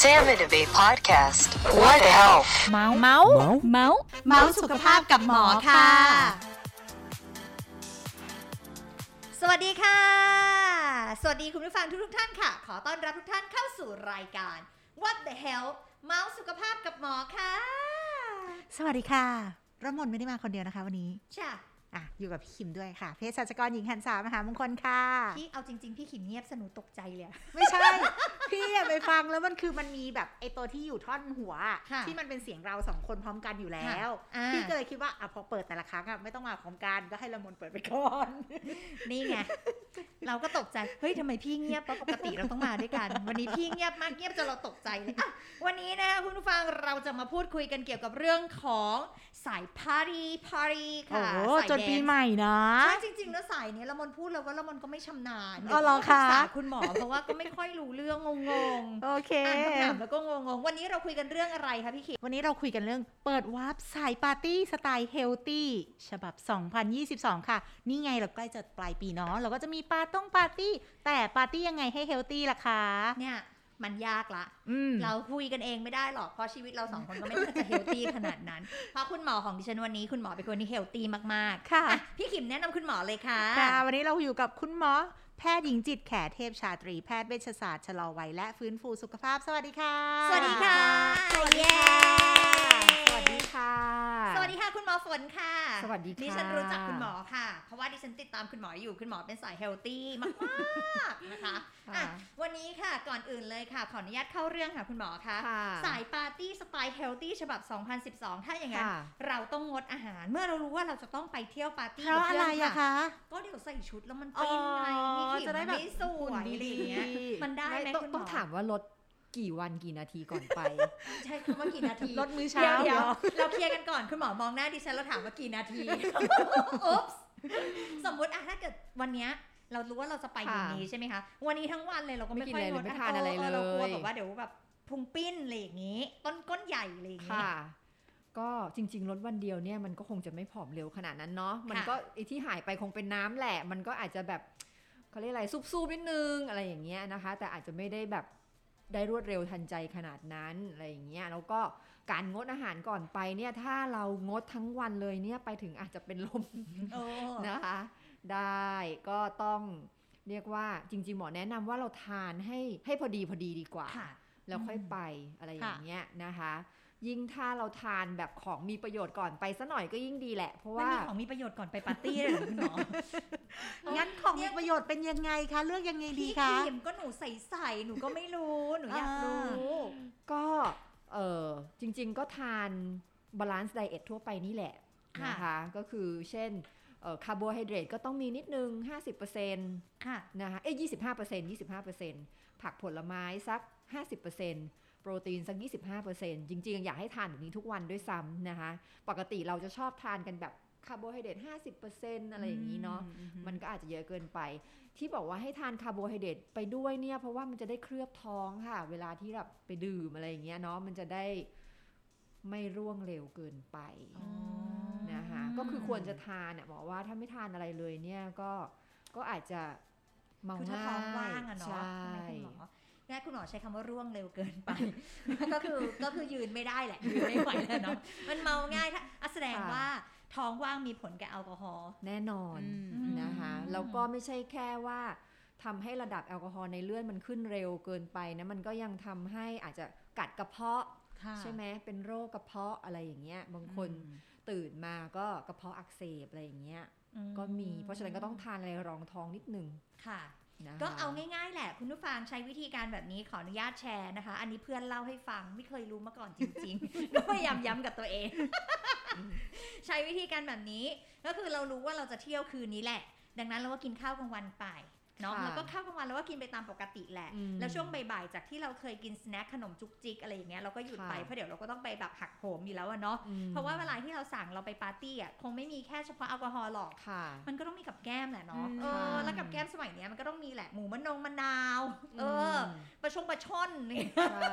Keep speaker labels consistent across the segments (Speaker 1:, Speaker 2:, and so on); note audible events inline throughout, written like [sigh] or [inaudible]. Speaker 1: Sam and Abe podcast. What the health?
Speaker 2: เมาส์
Speaker 3: เมาส์เมาส์
Speaker 4: เมาส์สุขภาพกับหมอค่ะ สวัสดีค่ะ สวัสดีคุณผู้ฟังทุกๆท่านค่ะ ขอต้อนรับทุกท่านเข้าสู่รายการ What the hell เมาส์สุขภาพกับหมอค่ะ
Speaker 5: สวัสดีค่ะระมนไม่ได้มาคนเดียวนะคะวันนี้
Speaker 4: จ้ะ
Speaker 5: อ่ะอยู่กับพี่ขิมด้วยค่ะ เภสัชกรหญิงหันสามหามงคลค่ะ
Speaker 4: พี่เอาจริง ๆ พี่ขิมเงียบสนุตกใจเลยอะ
Speaker 5: ไม่ใช่ พี่อะไปฟังแล้วมันคือมันมีแบบไอตัวที่อยู่ท่อนหัวอะ
Speaker 4: ค่ะ
Speaker 5: ที่มันเป็นเสียงเราสองคนพร้อมกันอยู่แล้ว
Speaker 4: อ่า
Speaker 5: พี่ก็เลยคิดว่าอ่ะพอเปิดแต่ละครั้งอ่ะไม่ต้องมาพร้อมกันก็ให้ละมนเปิดไปก่อน
Speaker 4: นี่ไง เราก็ตกใจ เฮ้ยทำไมพี่เงียบเพราะปกติเราต้องมาด้วยกัน วันนี้พี่เงียบมากเงียบจนเราตกใจเลยอ่ะวันนี้นะคะคุณผู้ฟังเราจะมาพูดคุยกันเกี่ยวกับเรื่องของสายพารีพารีค่ะสาย
Speaker 5: จน
Speaker 4: แด
Speaker 5: ปี
Speaker 4: นซ์
Speaker 5: ใหม่นะ
Speaker 4: ใช่จริงๆแล้วสายเนี้ยละมนพูดเลยว่าละมนก็ไม่ชำนาญ
Speaker 5: อ๋อเหรอคะ
Speaker 4: เดี๋ยวต้องปรึกษาคุณหมอเพราะว่าก็ไม่ค่อยรู้เรื่องงง
Speaker 5: โอเค
Speaker 4: ๆอ่านคำถามแล้วก็งงๆ วันนี้เราคุยกันเรื่องอะไรคะพี่เขม
Speaker 5: วันนี้เราคุยกันเรื่องเปิดวาร์ปสายปาร์ตี้สไตล์เฮลตี้ฉบับ 2022 ค่ะ นี่ไงเราใกล้จะปลายปีเนาะเราก็จะมีปาร์ต้องปาร์ตี้ แต่ปาร์ตี้ยังไงให้เฮลตี้ล่ะคะ
Speaker 4: เนี่ยมันยากละ
Speaker 5: อืม
Speaker 4: เราคุยกันเองไม่ได้หรอกเพราะชีวิตเราสองคนก็ไม่ได้จะเฮลตี้ขนาดนั้น เพราะคุณหมอของดิฉันวันนี้คุณหมอเป็นคนที่เฮลตี้มากๆ
Speaker 5: ค่ะ
Speaker 4: อ่พี่ขิมแนะนำคุณหมอเลยค่ะ
Speaker 5: ค่ะวันนี้เราอยู่กับคุณหมอ แพทย์หญิงจิตแขเทพชาตรี แพทย์เวชศาสตร์ชะลอวัยและฟื้นฟูสุขภาพสวัสดีค่ะ
Speaker 4: สวัสดีค่ะเย้
Speaker 3: สวัสดีค่ะ
Speaker 4: สวัสดีค่ะคุณหมอฝนค่ะ
Speaker 3: สวัสดีค่ะ
Speaker 4: ดิฉันรู้จักคุณหมอค่ะ เพราะว่าดิฉันติดตามคุณหมออยู่คุณหมอเป็นสายเฮลตี้มากๆนะคะอ่ะวันนี้ค่ะก่อนอื่นเลยค่ะ ขออนุญาตเข้าเรื่องค่ะคุณหมอคะ
Speaker 3: ค่ะ
Speaker 4: สายปาร์ตี้สไตล์เฮลตี้ฉบับ 2012 ถ้าอย่างนั้น
Speaker 3: ค่ะ
Speaker 4: เราต้องงดอาหาร เมื่อเรารู้ว่าเราจะต้องไปเที่ยวปาร์ตี้
Speaker 5: เพราะอะ
Speaker 4: กับพื่น
Speaker 5: ไรอะคะ
Speaker 4: ก็เดี๋ยวใส่ชุดแล้วมันเป็นไงนี่ขิม
Speaker 5: จะได้แบบ
Speaker 4: ม่สวยอะไรอย่างเงี้ย มันได้ไหม
Speaker 3: ต้อง
Speaker 4: คุณหมอ
Speaker 3: ต้องถามว่าลดกี่วันกี่นาทีก่ [laughs] อนไป
Speaker 4: ใช้คำว่ากี่นาที
Speaker 5: ลดมื้อ
Speaker 4: เดี๋
Speaker 5: เช้า
Speaker 4: ยวเดี๋ยวเราเคลียร์กันก่อน คุณหมอมองหน้าดิฉันแล้วถามว่ากี่นา [laughs] ที อุ๊ [laughs] บสมมติอะถ้าเกิดวันเนี้ยเรารู้ว่าเราจะไป
Speaker 3: ค่ะ
Speaker 4: เดี๋ยวนี้ใช่ไหมคะ วันนี้ทั้งวันเลยเราก็ไม่
Speaker 3: ไม่กิน
Speaker 4: ค่อย
Speaker 3: อะไรเลย
Speaker 4: ลด
Speaker 3: ไม่ทานอะไร
Speaker 4: เรากลัว
Speaker 3: เลย
Speaker 4: แบบว่าเดี๋ยวแบบพุงปิ้นอะไรอย่างงี้ ต้นก้นใหญ่อะไรอย่างงี้
Speaker 3: ค่ะ ก็จริง ๆ ลดวันเดียวเนี่ยมันก็คงจะไม่ผอมเร็วขนาดนั้นเนาะมันก็ไอที่หายไปคงเป็นน้ำแหละ มันก็อาจจะแบบเขาเรียกอะไรซุบๆนิดนึงอะไรอย่างเงี้ยนะคะ แต่อาจจะไม่ได้แบบได้รวดเร็วทันใจขนาดนั้นอะไรอย่างเงี้ยแล้วก็การงดอาหารก่อนไปเนี่ยถ้าเรางดทั้งวันเลยเนี่ยไปถึงอาจจะเป็นลม
Speaker 4: โอ้
Speaker 3: นะคะ ได้ก็ต้องเรียกว่าจริง ๆ หมอแนะนำว่าเราทานให้ให้พอดีพอดีดีกว่า
Speaker 4: ค่ะ
Speaker 3: แล้วค่อยไปอะไรอย่างเงี้ยนะคะ ยิ่งถ้าเราทานแบบของมีประโยชน์ก่อนไปซะหน่อยก็ยิ่งดีแหละ เพราะ
Speaker 4: ไม่
Speaker 3: ว่า
Speaker 4: มีของมีประโยชน์ก่อนไปปาร์ตี้เลยเหรอคุณหมอ
Speaker 5: งั้นของมีประโยชน์เป็นยังไงคะเลือกยังไงดี
Speaker 4: พี่
Speaker 5: คะ
Speaker 4: เข็มก็หนูใส่ใส่หนูก็ไม่รู้ หนูอยากรู้
Speaker 3: ก็เออจริง ๆ ก็ทานบาลานซ์ไดเอททั่วไปนี่แหละ
Speaker 4: ค่ะ
Speaker 3: นะคะก็คือเช่นคาร์โบไฮเดรตก็ต้องมีนิดนึง 50%
Speaker 4: ค่ะ
Speaker 3: นะคะ เอ้ยยี่สิบห้าเปอร์เซ็นต์ยี่สิบห้าเปอร์เซ็นต์ผักผลไม้สักห้าสิบเปอร์เซ็นต์โปรตีนสักยี่สิบห้าเปอร์เซ็นต์จริงๆ อยากให้ทานแบบนี้ทุกวันด้วยซ้ำนะคะ ปกติเราจะชอบทานกันแบบคาร์โบไฮเดรตห้าสิบเปอร์เซ็นต์อะไรอย่างนี้เนาะ มันก็อาจจะเยอะเกินไป ที่บอกว่าให้ทานคาร์โบไฮเดรตไปด้วยเนี่ย เพราะว่ามันจะได้เคลือบท้องค่ะ เวลาที่แบบไปดื่มอะไรอย่างเงี้ยเนาะ มันจะได้ไม่ร่วงเร็วเกินไป นะคะก็คือควรจะทานอ่ะหมอว่าถ้าไม่ทานอะไรเลยเนี่ยก็ก็อาจจะเมา
Speaker 4: คือ
Speaker 3: ง่าย
Speaker 4: ถ้าท้องว่างอะเนาะ
Speaker 3: ใช่
Speaker 4: ใช่ไหมคุณหมอนะคุณหมอใช้คำว่าร่วงเร็วเกินไป [laughs] ก็คือก็คือยืนไม่ได้แหละ ยืนไม่ไหวแล้ว
Speaker 3: [laughs]
Speaker 4: เนาะ มันเมาง่ายถ้าอ่ะแสดง
Speaker 3: ค่ะ
Speaker 4: ว่าท้องว่างมีผลกับแอลกอฮอล์
Speaker 3: แน่นอน
Speaker 4: อืม
Speaker 3: นะคะแล้วก็ไม่ใช่แค่ว่าทำให้ระดับแอลกอฮอล์ในเลือดมันขึ้นเร็วเกินไปนะมันก็ยังทำให้อาจจะกัดกระเพาะใช่ไหมเป็นโรคกระเพาะอะไรอย่างเงี้ยบางคนตื่นมาก็กระเพาะอักเสบอะไรอย่างเงี้ย
Speaker 4: อื
Speaker 3: ก็มีเพราะฉะนั้นก็ต้องทานอะไรรองท้องนิดนึง
Speaker 4: ค่ะ
Speaker 3: นะคะ
Speaker 4: ก็เอาง่ายๆแหละ คุณผู้ฟังใช้วิธีการแบบนี้ขออนุญาตแชร์นะคะ อันนี้เพื่อนเล่าให้ฟังไม่เคยรู้มาก่อนจริง
Speaker 3: [laughs]
Speaker 4: ๆ ก็พยายามย้ำกับตัวเอง ใช้วิธีการแบบนี้ ก็คือเรารู้ว่าเราจะเที่ยวคืนนี้แหละ ดังนั้นเราก็กินข้าวกลางวันไปเนาะ
Speaker 3: ค่ะ
Speaker 4: แล้วก็ข้าวกลางวันเราก็กินไปตามปกติแหละ
Speaker 3: อืม
Speaker 4: แล้วช่วงบ่ายๆจากที่เราเคยกินสแน็คขนมจุกจิกอะไรอย่างเงี้ยเราก็หยุดไป
Speaker 3: ค่ะ
Speaker 4: เพราะเดี๋ยวเราก็ต้องไปแบบหักโหมอยู่แล้วอะเนาะ
Speaker 3: อืม
Speaker 4: เพราะว่าเวลาที่เราสั่งเราไปปาร์ตี้อ่ะคงไม่มีแค่เฉพาะแอลกอฮอล์หรอก
Speaker 3: ค่ะ
Speaker 4: มันก็ต้องมีกับแก้มแหละเนาะ
Speaker 5: อืม
Speaker 4: เออ
Speaker 3: ค่ะ
Speaker 4: แล้วกับแก้มสมัยเนี้ยมันก็ต้องมีแหละ หมูมะนงมะนาว เอออ
Speaker 3: ม
Speaker 4: ประชงประช่อนนี่ [laughs]
Speaker 3: ใช่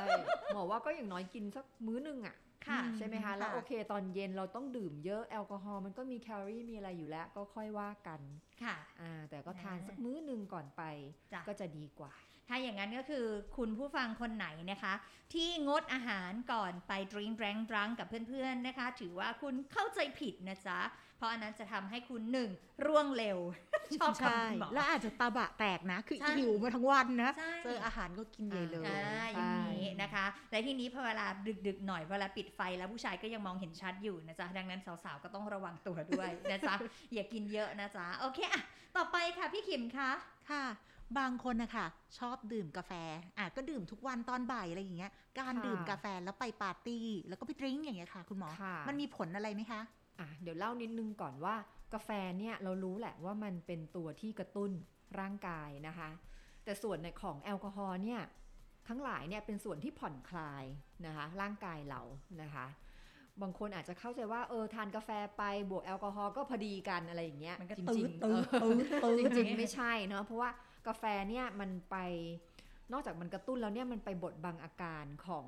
Speaker 3: หมอว่าก็อย่างน้อยกินสักมื้อหนึ่งอ่ะ
Speaker 4: ค่ะ
Speaker 5: อื
Speaker 3: ใช่ไหมคะ
Speaker 5: ค่ะ
Speaker 3: แล้วโอเคตอนเย็นเราต้องดื่มเยอะแอลกอฮอล์มันก็มีแคลอรี่มีอะไรอยู่แล้วก็ค่อยว่ากัน
Speaker 4: ค่ะ
Speaker 3: อ่าแต่ก็ทาน
Speaker 4: อ่า
Speaker 3: สักมื้อหนึ่งก่อนไป
Speaker 4: จ้ะ
Speaker 3: ก็จะดีกว่า
Speaker 4: ถ้าอย่างนั้นก็คือคุณผู้ฟังคนไหนนะคะ ที่งดอาหารก่อนไปดริงแรงดรังกับเพื่อนๆนะคะ ถือว่าคุณเข้าใจผิดนะจ๊ะ เพราะอันนั้นจะทำให้คุณหนึ่งร่วงเร็ว [laughs] ชอบคำ
Speaker 5: ใช่
Speaker 4: คุณหมอ
Speaker 5: แล้วอาจจะตาบะแตกนะ คือ
Speaker 4: ใช่
Speaker 5: หิวมาทั้งวันนะ
Speaker 4: ใช่
Speaker 5: เจออาหารก็กินใหญ่เลย
Speaker 3: อ่
Speaker 4: อ่าอย่างนี้นะคะ และทีนี้พอเวลาดึกๆหน่อยเวลาปิดไฟแล้วผู้ชายก็ยังมองเห็นชัดอยู่นะจ๊ะ ดังนั้นสาวๆก็ต้องระวังตัวด้วย นะจ๊ะ [laughs] อย่ากินเยอะนะจ๊ะ โอเคอะต่อไปค่ะพี่ขิมคะ
Speaker 5: ค่ะ บางคนนะคะชอบดื่มกาแฟ อ่ะก็ดื่มทุกวันตอนบ่ายอะไรอย่างเงี้ย การ
Speaker 3: ค่ะ
Speaker 5: ดื่มกาแฟแล้วไปปาร์ตี้ แล้วก็ไปดริงก์อย่างเงี้ยค่ะ คุณหมอ
Speaker 3: ค่ะ
Speaker 5: มันมีผลอะไรไหมคะ
Speaker 3: อ่ะเดี๋ยวเล่านิดนึงก่อนว่ากาแฟเนี่ยเรารู้แหละว่ามันเป็นตัวที่กระตุ้นร่างกายนะคะ แต่ส่วนในของแอลกอฮอล์เนี่ยทั้งหลายเนี่ยเป็นส่วนที่ผ่อนคลายนะคะร่างกายเรานะคะ บางคนอาจจะเข้าใจว่าเออทานกาแฟไปบวกแอลกอฮอล์ก็พอดีกันอะไรอย่างเงี้ย
Speaker 4: มันก็
Speaker 3: จ
Speaker 4: ตื
Speaker 3: ริ
Speaker 4: ด
Speaker 3: งๆ
Speaker 4: ตื
Speaker 3: เออ
Speaker 4: ด
Speaker 5: ตื้อตื้อ
Speaker 3: จริงๆ ไม่ใช่เนาะเพราะว่ากาแฟเนี่ยมันไปนอกจากมันกระตุ้นแล้วเนี่ยมันไปบดบังอาการของ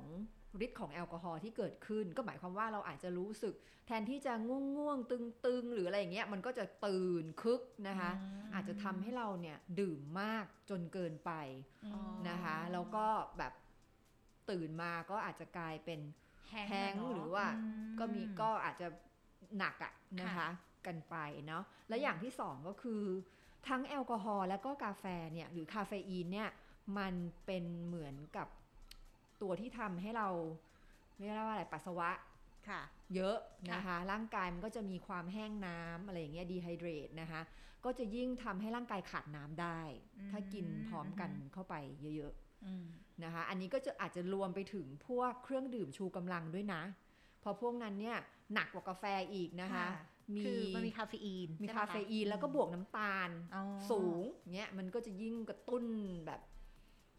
Speaker 3: ฤทธิ์ของแอลกอฮอล์ที่เกิดขึ้น ก็หมายความว่าเราอาจจะรู้สึก แทนที่จะง่วงๆตึงๆ หรืออะไรอย่างเงี้ยมันก็จะตื่นคึกนะคะ อาจจะทำให้เราเนี่ยดื่มมากจนเกินไป
Speaker 4: อืม
Speaker 3: นะคะแล้วก็แบบตื่นมาก็อาจจะกลายเป็น
Speaker 4: ง
Speaker 3: แฮงก์
Speaker 4: เนะ
Speaker 3: หรือว่า
Speaker 5: อืม
Speaker 3: ก็มีก็อาจจะหนักอะนะคะ
Speaker 4: ค่ะ
Speaker 3: กันไปเนาะและอย่างที่สองก็คือ ทั้งแอลกอฮอล์และก็กาแฟเนี่ยหรือคาเฟอีนเนี่ยมันเป็นเหมือนกับตัวที่ทำให้เราเรียกว่าอะไรปัสสาวะ
Speaker 5: ค่ะ
Speaker 3: เยอะนะคะ ร่างกายมันก็จะมีความแห้งน้ำอะไรอย่างเงี้ยดีไฮเดรตนะคะ ก็จะยิ่งทำให้ร่างกายขาดน้ำได้ ถ้ากินพร้อมกันเข้าไปเยอะๆ
Speaker 4: อืม
Speaker 3: นะคะอันนี้ก็จะอาจจะรวมไปถึงพวกเครื่องดื่มชูกำลังด้วยนะ เพราะพวกนั้นเนี่ยหนักกว่ากาแฟอีกนะคะ
Speaker 4: ค่ะ
Speaker 3: มี
Speaker 5: คือมันมีคาเฟอีน
Speaker 3: มี
Speaker 5: ใช่ไห
Speaker 3: คาเฟอีนแล้วก็บวกน้ำตาล
Speaker 5: อ๋อ
Speaker 3: สูงเนี้ยมันก็จะยิ่งกระตุ้นแบบ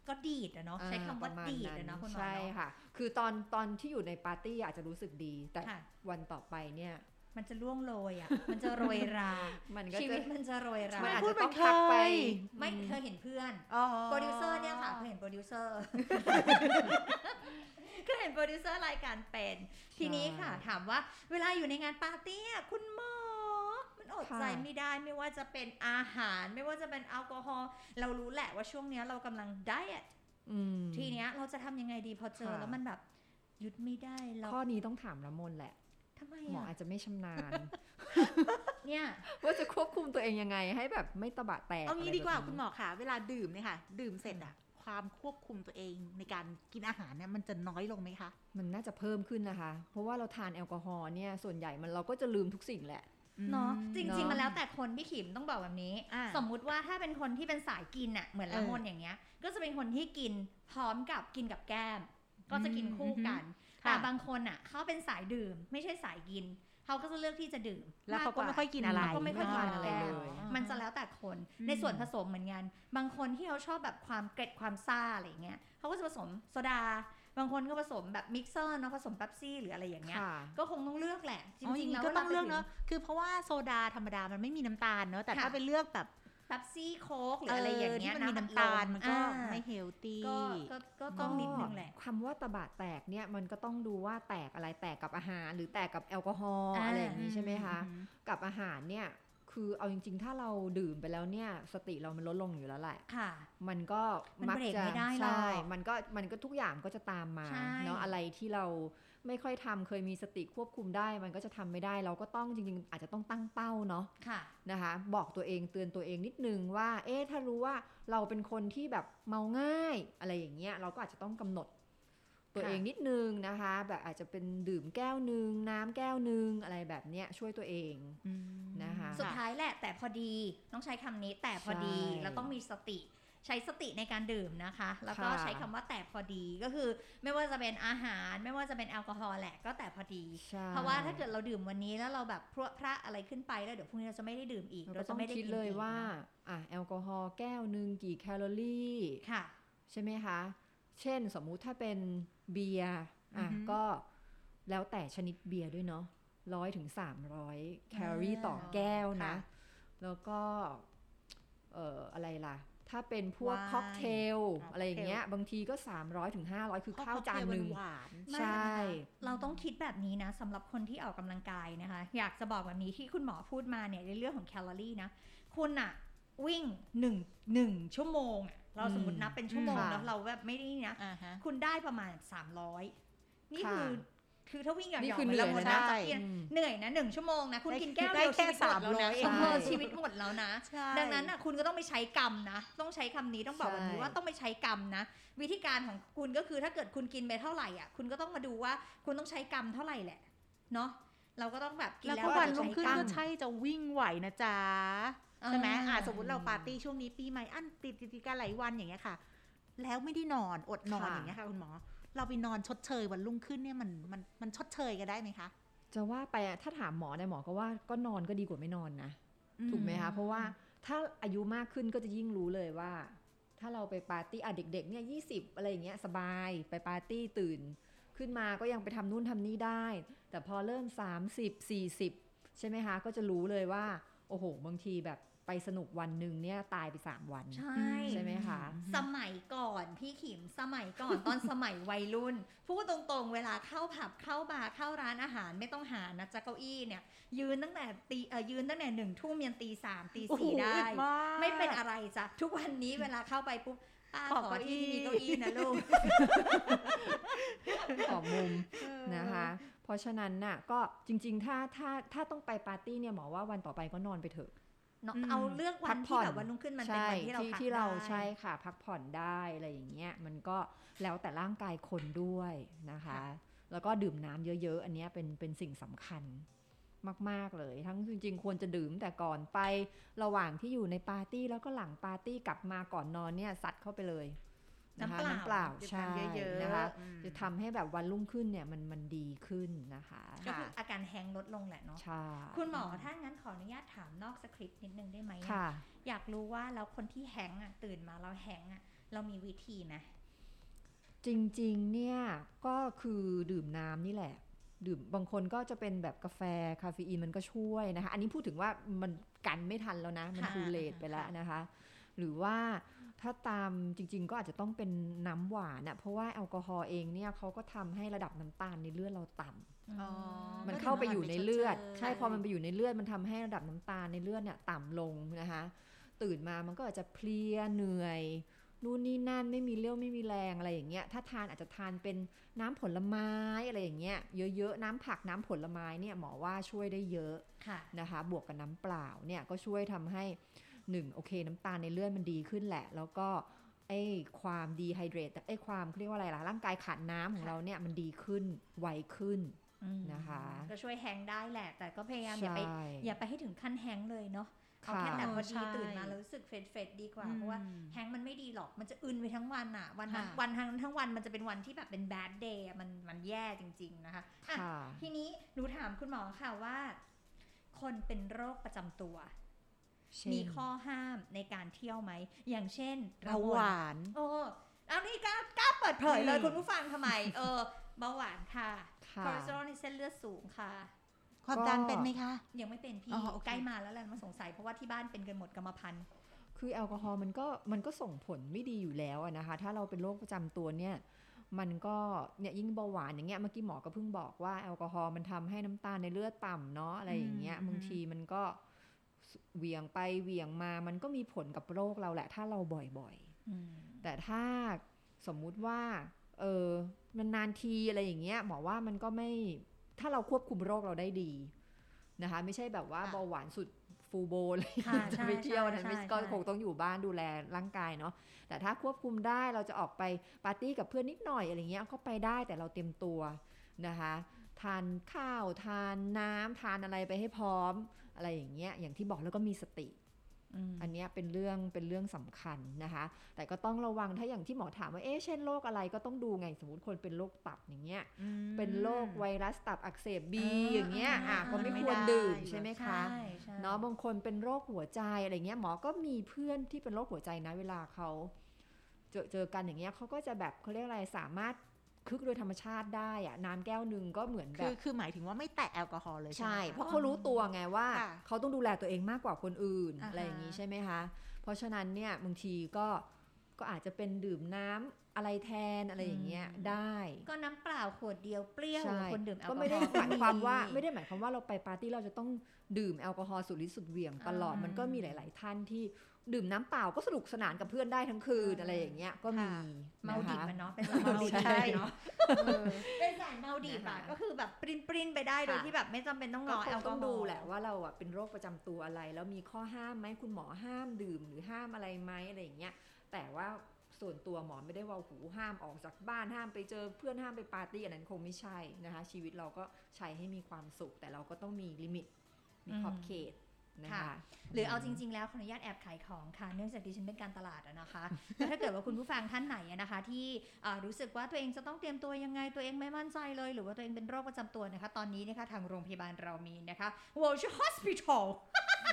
Speaker 4: ก็ดีดอะเนาะใช้คำว่า
Speaker 3: ประมณ
Speaker 4: ดีดอะเนาะคุณหมอ
Speaker 3: ใช่
Speaker 4: เนาะ
Speaker 3: ค่ะ คือตอนตอนที่อยู่ในปาร์ตี้อาจจะรู้สึกดี แต่
Speaker 4: ค่ะ
Speaker 3: วันต่อไปเนี่ย
Speaker 4: มันจะล่วงโรยอะมันจะโรยรา
Speaker 3: มันก็
Speaker 4: ชี
Speaker 3: จะ
Speaker 4: วิตมันจะโรยรา
Speaker 3: มันอาจ
Speaker 5: พูด
Speaker 3: จะ
Speaker 5: เหมื
Speaker 3: ต้
Speaker 5: อ
Speaker 3: อน ง
Speaker 5: เคย
Speaker 3: พักไป
Speaker 4: ไม่
Speaker 3: อื
Speaker 4: เธอเห็นเพื่อน
Speaker 5: อ๋อ
Speaker 4: โปรดิวเซอร์เนี่ยค่ะเคยเห็นโปรดิวเซอร์ [laughs] เคยเห็นโปรดิวเซอร์รายการเป็น ทีนี้ค่ะ ถามว่าเวลาอยู่ในงานปาร์ตี้อะคุณหมอ มันอดใจไม่ได้ไม่ว่าจะเป็นอาหาร ไม่ว่าจะเป็นแอลกอฮอล์เรารู้แหละว่าช่วงเนี้ยเรากำลังไดเอท
Speaker 3: อืม
Speaker 4: ทีเนี้ยเราจะทำยังไงดีพอเจอ
Speaker 3: ค่ะ
Speaker 4: แล้วมันแบบหยุดไม่ได้เรา
Speaker 3: ข้อนี้ต้องถามละมนแหละ
Speaker 4: ทำไม
Speaker 3: หมอ
Speaker 4: อะ
Speaker 3: อาจจะไม่ชำนาญ
Speaker 4: เนี่ย
Speaker 3: ว่าจะควบคุมตัวเองยังไงให้แบบไม่ตะบะแตก
Speaker 5: เอางี้ดีกว่า
Speaker 3: ะไรแบบนี้
Speaker 5: คุณหมอค่ะ เวลาดื่มเนี่ยค่ะ ดื่มเสร็จอะความควบคุมตัวเองในการกินอาหารเนี่ยมันจะน้อยลงไหมคะ
Speaker 3: มันน่าจะเพิ่มขึ้นนะคะ เพราะว่าเราทานแอลกอฮอล์เนี่ย ส่วนใหญ่มันเราก็จะลืมทุกสิ่งแหละ
Speaker 4: เนาะจริง ๆ
Speaker 3: เนาะ
Speaker 4: มันแล้วแต่คนพี่ขิมต้องบอกแบบนี้
Speaker 5: อ่า
Speaker 4: สมมุติว่าถ้าเป็นคนที่เป็นสายกินอะเหมือนละ
Speaker 5: เออ
Speaker 4: มนอย่างเงี้ย ก็จะเป็นคนที่กินพร้อมกับกินกับแก้ม ก็จะกินคู่กัน
Speaker 5: ค่ะ
Speaker 4: แต่บางคนอะเขาเป็นสายดื่ม ไม่ใช่สายกิน เขาก็จะเลือกที่จะดื่ม
Speaker 5: แล้วเขาก็ไม่ค่อยกินอะไร
Speaker 4: เขาก็ไม่ค่อยทาน
Speaker 3: อ๋อ
Speaker 4: อะไรเลย มันจะแล้วแต่คนในส่วนผสมเหมือนกัน บางคนที่เขาชอบแบบความเกร็ดความซ่าอะไรอย่างเงี้ยเขาก็จะผสมโซดา บางคนก็ผสมแบบมิกเซอร์เนาะผสมเป๊ปซี่หรืออะไรอย่างเงี้ย
Speaker 3: ค่ะ
Speaker 4: ก็คงต้องเลือกแหละจ
Speaker 5: อ๋อจ
Speaker 4: ริ
Speaker 5: ริ
Speaker 4: ง
Speaker 5: งๆ
Speaker 4: ๆแล้ว
Speaker 5: ก็ต้อง
Speaker 4: วาไป
Speaker 5: เลือก
Speaker 4: ถึ
Speaker 5: เนาะคือเพราะว่าโซดาธรรมดามันไม่มีน้ำตาลเนาะแต่
Speaker 4: ค่ะ
Speaker 5: ถ้าไปเลือกแบบ
Speaker 4: เป๊ปซี่โค้กหรืออะไรอย่างเงี้ย
Speaker 5: ที่มันมีน้ำตาลมันก็ไม่เฮลตี้
Speaker 4: ก็ก็ก็ต้องนิดนึงแหละ
Speaker 3: คำว่าตะบะแตกเนี่ยมันก็ต้องดูว่าแตกอะไรแตกกับอาหาร หรือแตกกับแอลกอฮอล์
Speaker 4: อ่า
Speaker 3: อะไรอย่างนี้ใช่ไหมคะ กับอาหารเนี่ยคือเอาจริง ๆ ถ้าเราดื่มไปแล้วเนี่ยสติเรามันลดลงอยู่แล้วแหละ
Speaker 4: ค่ะ
Speaker 3: มันก็มัก
Speaker 4: มันเบรก
Speaker 3: จะ
Speaker 4: ไม่ได้หรอก
Speaker 3: ใช่มันก็มันก็ทุกอย่างก็จะตามมา
Speaker 4: ใช่
Speaker 3: เนาะอะไรที่เราไม่ค่อยทำเคยมีสติควบคุมได้ มันก็จะทำไม่ได้เราก็ต้องจริง ๆ อาจจะต้องตั้งเป้าเนาะ
Speaker 4: ค่ะ
Speaker 3: นะคะบอกตัวเองเตือนตัวเองนิดนึงว่า เอ๊ะถ้ารู้ว่าเราเป็นคนที่แบบเมาง่าย อะไรอย่างเงี้ยเราก็อาจจะต้องกำหนด ตัว
Speaker 4: ค่ะ
Speaker 3: เองนิดนึงนะคะ แบบอาจจะเป็นดื่มแก้วหนึง น้ำแก้วหนึงอะไรแบบเนี้ยช่วยตัวเอง นะคะ
Speaker 4: สุดท้ายแหละ แต่พอดีต้องใช้คำนี้แต่พอดี
Speaker 3: ใช่
Speaker 4: แล้วต้องมีสติ ใช้สติในการดื่มนะคะ แล้วก็
Speaker 3: ค่ะ
Speaker 4: ใช้คำว่าแต่พอดีก็คือ ไม่ว่าจะเป็นอาหาร ไม่ว่าจะเป็นแอลกอฮอล์แหละก็แต่พอดี
Speaker 3: ใช่
Speaker 4: เพราะว่าถ้าเกิดเราดื่มวันนี้แล้วเราแบบพรวดพระอะไรขึ้นไปแล้วเดี๋ยวพรุ่งนี้เราจะไม่ได้ดื่มอีก
Speaker 3: เรา
Speaker 4: เรา
Speaker 3: ก็
Speaker 4: จะ
Speaker 3: ต้อง
Speaker 4: ไม่ได้
Speaker 3: คิด
Speaker 4: กิน
Speaker 3: เลย
Speaker 4: อีก
Speaker 3: ว่า
Speaker 4: เนอ
Speaker 3: อ่ะแอลกอฮอล์แก้วหนึงกี่แคลอรี่
Speaker 4: ะค่ะ
Speaker 3: ใช่ไหมคะ เช่นสมมุติถ้าเป็นเบียร์อ่ะ
Speaker 5: อือหือ
Speaker 3: ก็แล้วแต่ชนิดเบียร์ด้วยเนาะร้อยถึงสามร้อยแคลอรี่ต่อ
Speaker 4: อ่า
Speaker 3: แก้วนะ
Speaker 4: ค่ะ
Speaker 3: แล้วก็เอ่ออะไรล่ะ ถ้าเป็นพวก
Speaker 5: ไวน์
Speaker 3: ค็อกเทล
Speaker 5: ค็อกเทล
Speaker 3: อะไรอย่างเงี้ยบางทีก็ 300ถึง500 คือข้าวจานหนึ่ง
Speaker 5: หวาน
Speaker 4: ไม่
Speaker 3: ใช่
Speaker 4: นะคะเราต้องคิดแบบนี้นะสำหรับคนที่ออกกำลังกายนะคะ อยากจะบอกแบบนี้ที่คุณหมอพูดมาเนี่ยในเรื่องของแคลอรี่นะคุณอะวิ่งหนึ่งหนึ่งชั่วโมงอะเราสมมตินับเป็นชั่วโมง
Speaker 3: อืม
Speaker 4: แล้วเราแบบไม่ได้นะ
Speaker 5: อ่าฮะ
Speaker 4: คุณได้ประมาณ 300 นี่คือ
Speaker 3: ค่ะ
Speaker 4: คือถ้าวิ่งหย่อน
Speaker 3: นี่
Speaker 4: หย่อ
Speaker 3: คือ
Speaker 4: เหมือนเรา
Speaker 3: เหนื่อ
Speaker 4: หัวย หน้า
Speaker 3: นะ
Speaker 4: จะเกียน
Speaker 3: อืม
Speaker 4: เหนื่อยนะหนึ่งชั่วโมงนะคุณ
Speaker 5: ได้
Speaker 4: กินแก้ว
Speaker 5: ได้
Speaker 4: เดียว
Speaker 5: แค่
Speaker 4: ชีวิตหมดแล้ว
Speaker 5: 300
Speaker 4: นะเองเออ
Speaker 3: ใช่
Speaker 4: ชีวิตหมดแล้วนะ
Speaker 5: ใช่
Speaker 4: ดังนั้นน่ะคุณก็ต้องไปใช้กรรมนะ ต้องใช้คำนี้ต้องบอกแบบนี้
Speaker 3: ใช่
Speaker 4: ว่าต้องไปใช้กรรมนะ วิธีการของคุณก็คือถ้าเกิดคุณกินไปเท่าไหร่อ่ะคุณก็ต้องมาดูว่าคุณต้องใช้กรรมเท่าไหร่แหละเนาะเราก็ต้องแบบกิน
Speaker 5: แล้ว
Speaker 4: แล้ว
Speaker 5: ก็วัน
Speaker 4: เรา
Speaker 5: รุ่งขึ้น
Speaker 4: ใช้กรรม
Speaker 5: ก็ใช่จะวิ่งไหวนะจ๊ะ ใช่ไหม
Speaker 4: อ่า
Speaker 5: อ่าสมมติเราปาร์ตี้ช่วงนี้ปีใหม่อันติดติดติดกันหลายวันอย่างเงี้ยค่ะ แล้วไม่ได้นอนอดนอน
Speaker 3: ค่ะ
Speaker 5: อย่างเงี้ยค่ะคุณหมอ เราไปนอนชดเชยวันรุ่งขึ้นเนี่ยมันมันมันชดเชยกันได้ไหมคะ
Speaker 3: จะว่าไปอะถ้าถามหมอเนี่ยหมอก็ว่าก็นอนก็ดีกว่าไม่นอนนะ
Speaker 5: อื
Speaker 3: ถูกไหมคะ เพราะว่าถ้าอายุมากขึ้นก็จะยิ่งรู้เลยว่า ถ้าเราไปปาร์ตี้อ่ะเด็กๆเนี่ยยีอะไรอย่างเงี้ยสบายไปปาร์ตี้ตื่น ขึ้นมาก็ยังไปทำนู่นทำนี่ได้ แต่พอเริ่ม 30 40 ใช่ไหมคะ ก็จะรู้เลยว่า โอ้โห บางทีแบบไปสนุกวันหนึ่งเนี่ยตายไป 3 วัน
Speaker 4: ใช่
Speaker 3: ใช่ไหมคะ
Speaker 4: สมัยก่อนพี่ขิมสมัยก่อนตอนสมัยวัยรุ่นพูดตรงๆ เวลาเข้าผับเข้าบาร์เข้าร้านอาหารไม่ต้องหานะจ๊ะเก้าอี้เนี่ย ยืนตั้งแต่ตีเออยืนตั้งแต่หนึ่งทุ่มยันตีสามตี
Speaker 5: โอ้โห
Speaker 4: สี่ได้
Speaker 5: อึดาก
Speaker 4: ไม่เป็นอะไรจ้ะทุกวันนี้เวลาเข้าไปปุ๊บป้า
Speaker 5: ข
Speaker 4: ข
Speaker 5: อ
Speaker 4: อ
Speaker 5: เก้าอี้
Speaker 4: ที่มีเก้าอี้นะลูก
Speaker 3: ขอบมุม
Speaker 5: เออ
Speaker 3: นะคะ เพราะฉะนั้นน่ะก็จริงๆ ถ้าถ้าถ้าต้องไปปาร์ตี้เนี่ยหมอว่าวันต่อไปก็นอนไปเถอะ
Speaker 4: เนาะ
Speaker 5: อืม
Speaker 4: เอาเลือก
Speaker 3: พั
Speaker 4: วัน
Speaker 3: กผ่
Speaker 4: ที่
Speaker 3: อน
Speaker 4: แบบวันรุ่งขึ้นมันเป็น
Speaker 3: ใช่
Speaker 4: วันที่เรา
Speaker 3: ที่
Speaker 4: พัก
Speaker 3: ที่เรา
Speaker 4: ได้
Speaker 3: ใช่ค่ะ พักผ่อนได้อะไรอย่างเงี้ยมันก็แล้วแต่ร่างกายคนด้วยนะคะ แล้วก็ดื่มน้ำเยอะๆ อันเนี้ยเป็นเป็นสิ่งสำคัญมากๆเลย ทั้งจริง ๆ ควรจะดื่มแต่ก่อนไประหว่างที่อยู่ในปาร์ตี้แล้วก็หลังปาร์ตี้กลับมาก่อนนอนเนี่ยสัดเข้าไปเลยะคะ
Speaker 4: น้ำ
Speaker 3: น้ำ
Speaker 4: เป
Speaker 3: เป
Speaker 4: ล่า
Speaker 3: ล่า
Speaker 5: ดื่ม
Speaker 3: ใช่
Speaker 5: น้ำเยอะๆ
Speaker 3: นะคะ
Speaker 5: อืม
Speaker 3: จะทำให้แบบวันรุ่งขึ้นเนี่ยมันมันดีขึ้นนะคะ
Speaker 4: ก็คือ
Speaker 5: ค่ะ
Speaker 4: อาการแห้งลดลงแหละเนาะ
Speaker 3: ใช่
Speaker 4: คุณหมอถ้างั้นขออนุญาตถามนอกสคริปต์นิดนึงได้ไหมอะ
Speaker 3: ค่ะ
Speaker 4: อยากรู้ว่าแล้วคนที่แฮงก์อ่ะตื่นมาเราแฮงก์อ่ะเรามีวิธีไหม
Speaker 3: จริงๆ เนี่ยก็คือดื่มน้ำนี่แหละ ดื่มบางคนก็จะเป็นแบบกาแฟคาเฟอีนมันก็ช่วยนะคะ อันนี้พูดถึงว่ามันกันไม่ทันแล้วนะ มัน
Speaker 5: ค่ะ
Speaker 3: ทูเลตไปแล้วนะคะ หรือว่าถ้าตามจริงๆ ก็อาจจะต้องเป็นน้ำหวานอะเพราะว่าแอลกอฮอล์เองเนี่ยเขาก็ทำให้ระดับน้ำตาลในเลือดเราต่ำ
Speaker 5: อ๋อ
Speaker 4: มั
Speaker 3: มัน น
Speaker 4: เข้า
Speaker 3: เข้า
Speaker 4: ไป
Speaker 3: ไป
Speaker 4: อ
Speaker 3: อยู่ ยู่
Speaker 5: มัน
Speaker 3: ใน
Speaker 5: ไปชด
Speaker 3: เลือด
Speaker 5: เชย
Speaker 3: ใช่พอมันไปอยู่ในเลือดมันทำให้ระดับน้ำตาลในเลือดเนี่ยต่ำลงนะคะตื่นมามันก็อาจจะเพลียเหนื่อยนู่นนี่นั่นไม่มีเรี่ยวไม่มีแรงอะไรอย่างเงี้ยถ้าทานอาจจะทานเป็นน้ำผลไม้อะไรอย่างเงี้ยเยอะๆน้ำผักน้ำผลไม้เนี่ยหมอว่าช่วยได้เยอะ
Speaker 4: ค่ะ
Speaker 3: นะคะบวกกับน้ำเปล่าเนี่ยก็ช่วยทำให้หนึ่งโอเคน้ำตาลในเลือดมันดีขึ้นแหละ แล้วก็ไอ้ความดีไฮเดรตไอ้ความเขาเรียกว่าอะไรล่ะร่างกายขาดน้ำของเราเนี่ยมันดีขึ้นไวขึ้น
Speaker 4: อืม
Speaker 3: นะคะ
Speaker 4: ก็ช่วยแฮงก์ได้แหละ แต่ก็พยายามอย่าไป
Speaker 3: ใช่
Speaker 4: อย่าไปให้ถึงขั้นแฮงก์เลยเนาะเอาแค่
Speaker 3: ค่ะ
Speaker 4: แบบพอ
Speaker 5: ใช่
Speaker 4: ดีตื่นมาแล้วรู้สึกเฟดเฟดดีกว่าเพราะว่า
Speaker 5: อืม
Speaker 4: แฮงก์มันไม่ดีหรอกมันจะอึนไปทั้งวันอ่ะ วันนั้น
Speaker 5: ค่ะ
Speaker 4: วันทั้งทั้งวันมันจะเป็นวันที่แบบเป็น bad day อะมันมันแย่จริง ๆนะคะอ่ะ
Speaker 3: ค่ะ
Speaker 4: ทีนี้หนูถามคุณหมอค่ะว่า คนเป็นโรคประจำตัว มีข้อห้ามในการเที่ยวไหมอย่างเช่น
Speaker 5: เบาหวาน
Speaker 4: โอ้เอานี่กล้ากล้าเปิดเผยเลย
Speaker 5: อืม
Speaker 4: คุณผู้ฟังทำไม เอ
Speaker 5: [laughs]
Speaker 4: อเบาหวานค่ะ
Speaker 3: ค่ะ
Speaker 4: คอเลสเตอรอลในเส้นเลือดสูงค่ะ
Speaker 5: ความดันเป็นไหมคะ
Speaker 4: ยังไม่เป็นพี่
Speaker 5: อ๋อโอเค
Speaker 4: ใกล้มาแล้วแหละมาสงสัยเพราะว่าที่บ้านเป็นกันหมดกรรมพันธุ์
Speaker 3: คือแอลกอฮอล์มันก็มันก็ส่งผลไม่ดีอยู่แล้วอะนะคะ ถ้าเราเป็นโรคประจำตัวเนี่ย มันก็เนี่ยยิ่งเบาหวานอย่างเงี้ย เมื่อกี้หมอก็เพิ่งบอกว่าแอลกอฮอล์มันทำให้น้ำตาลในเลือดต่ำเนาะอะไรอย่างเงี้ย
Speaker 5: อืม
Speaker 3: บางทีมันก็เหวี่ยงไปเหวี่ยงมา มันก็มีผลกับโรคเราแหละ ถ้าเราบ่อยๆ แต่ถ้าสมมุติว่า เออมันนานๆทีอะไรอย่างเงี้ยหมอว่ามันก็ไม่ ถ้าเราควบคุมโรคเราได้ดีนะคะ ไม่ใช่แบบว่า
Speaker 5: ค่ะ
Speaker 3: เบาหวานสุดฟูโบเลย
Speaker 4: ค่ะ
Speaker 3: [laughs] จะไป
Speaker 4: ใช่
Speaker 3: เที่ยวนะ
Speaker 4: ใช่
Speaker 3: มิสก็
Speaker 4: ใช่
Speaker 3: คงต้องอยู่บ้านดูแลร่างกายเนาะแต่ถ้าควบคุมได้เราจะออกไปปาร์ตี้กับเพื่อนนิดหน่อยอะไรเงี้ยก็ไปได้แต่เราเตรียมตัวนะคะ ทานข้าวทานน้ำทานอะไรไปให้พร้อมอะไรอย่างเงี้ยอย่างที่บอกแล้วก็มีสติ อันเนี้ยเป็นเรื่องเป็นเรื่องสำคัญนะคะ แต่ก็ต้องระวังถ้าอย่างที่หมอถามว่าเอ๊ะเช่นโรคอะไรก็ต้องดูไงสมมติคนเป็นโรคตับอย่างเงี้ยเป็นโรคไวรัสตับอักเสบบี
Speaker 5: อ่า
Speaker 3: อย่างเงี้ยอ่ะ
Speaker 4: อ่า
Speaker 3: ก็ไม่
Speaker 5: ไม่
Speaker 3: ควร
Speaker 5: ได้
Speaker 3: ดื่มใช่ไหมคะ
Speaker 4: ใช่ใช่
Speaker 3: เนาะบางคนเป็นโรคหัวใจอะไรเงี้ยหมอก็มีเพื่อนที่เป็นโรคหัวใจนะเวลาเขาเจอเจอกันอย่างเงี้ยเขาก็จะแบบเขาเรียกอะไรสามารถคึกโดยธรรมชาติได้อะน้ำแก้วหนึ่งก็เหมือนแบ
Speaker 5: คือบ คือหมายถึงว่าไม่แตะแอลกอฮอล์เลยใช่
Speaker 3: ใช่
Speaker 5: ไหมคะ
Speaker 3: เพราะเขารู้ตัวไงว่า
Speaker 5: ค่ะ
Speaker 3: เขาต้องดูแลตัวเองมากกว่าคนอื่นอะไรอย่างงี้ใช่ไหมคะ เพราะฉะนั้นเนี่ยบางทีก็ก็อาจจะเป็นดื่มน้ำอะไรแทนอะไรอย่างเงี้ย
Speaker 4: อืม
Speaker 3: ได้
Speaker 4: ก็น้ำเปล่าขวดเดียวเปรี้ยว
Speaker 3: ใช่
Speaker 4: กว่าคนดื่มแอลก
Speaker 3: ก็
Speaker 4: อฮอล์
Speaker 3: ไม่ได้หมาย
Speaker 4: ก็
Speaker 3: ความว่าไม่ได้หมายความว่าเราไปปาร์ตี้เราจะต้องดื่มแอลกอฮอล์สุดฤทธิ์สุดเหวี่ยงตลอด
Speaker 4: อ่ามั
Speaker 3: มันก็มีหลาย ๆ ท่านที่ดื่มน้ำเปล่าก็สนุกสนานกับเพื่อนได้ทั้งคืน
Speaker 4: อ่า
Speaker 3: อะไรอย่างเงี้ยก็มี
Speaker 4: เมาดิบ
Speaker 3: นะคะ
Speaker 4: มันเนาะเป็นสายเมาดิบ
Speaker 3: ใช่
Speaker 4: เนาะเออเป็นสายเมาดิบ
Speaker 3: นะคะ
Speaker 4: อะก็คือแบบปริ้นปริ้นๆไปได้โดย
Speaker 3: ค่ะ
Speaker 4: ที่แบบไม่จำเป็นต้องร
Speaker 3: ก็
Speaker 4: อ
Speaker 3: ค
Speaker 4: แอง ลก
Speaker 3: ต้
Speaker 4: อ
Speaker 3: อง
Speaker 4: ฮอ
Speaker 3: ดู
Speaker 4: ล์
Speaker 3: แหละว่าเราอะเป็นโรคประจำตัวอะไร แล้วมีข้อห้ามไหมคุณหมอห้ามดื่มหรือห้ามอะไรไหมอะไรอย่างเงี้ยแต่ว่าส่วนตัวหมอไม่ได้ว่าหูห้ามออกจากบ้านห้ามไปเจอเพื่อนห้ามไปปาร์ตี้อันนั้นคงไม่ใช่นะคะ ชีวิตเราก็ใช้ให้มีความสุข แต่เราก็ต้องมีลิมิตมีขอบเขตนะคะ
Speaker 4: หรือเอาจริง ๆ แล้วขออนุญาตแอบขายของค่ะ เนื่องจากดิฉันเป็นการตลาดอะ [laughs] นะคะแล้วถ้าเกิดว่าคุณผู้ฟังท่านไหนอะนะคะ ที่เอ่อรู้สึกว่าตัวเองจะต้องเตรียมตัวยังไงตัวเองไม่มั่นใจเลย หรือว่าตัวเองเป็นโรคประจำตัวนะคะ ตอนนี้นะคะทางโรงพยาบาลเรามีนะคะ World Hospital [laughs]